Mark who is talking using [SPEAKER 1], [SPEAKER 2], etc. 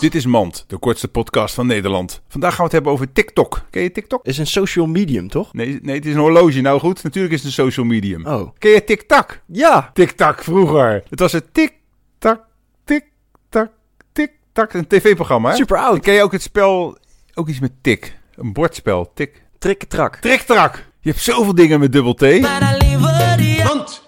[SPEAKER 1] Dit is Mand, de kortste podcast van Nederland. Vandaag gaan we het hebben over TikTok. Ken je TikTok?
[SPEAKER 2] Is een social medium, toch?
[SPEAKER 1] Nee, nee het is een horloge. Nou goed, natuurlijk is het een social medium.
[SPEAKER 2] Oh.
[SPEAKER 1] Ken je TikTok?
[SPEAKER 2] Ja.
[SPEAKER 1] TikTok vroeger. Het was een tik-tak, tik-tak, tik-tak. Een tv-programma, hè?
[SPEAKER 2] Super oud.
[SPEAKER 1] Ken je ook het spel, ook iets met tik? Een bordspel, tik.
[SPEAKER 2] Trikketrak.
[SPEAKER 1] Triktrak! Je hebt zoveel dingen met dubbel T.
[SPEAKER 3] para livaria.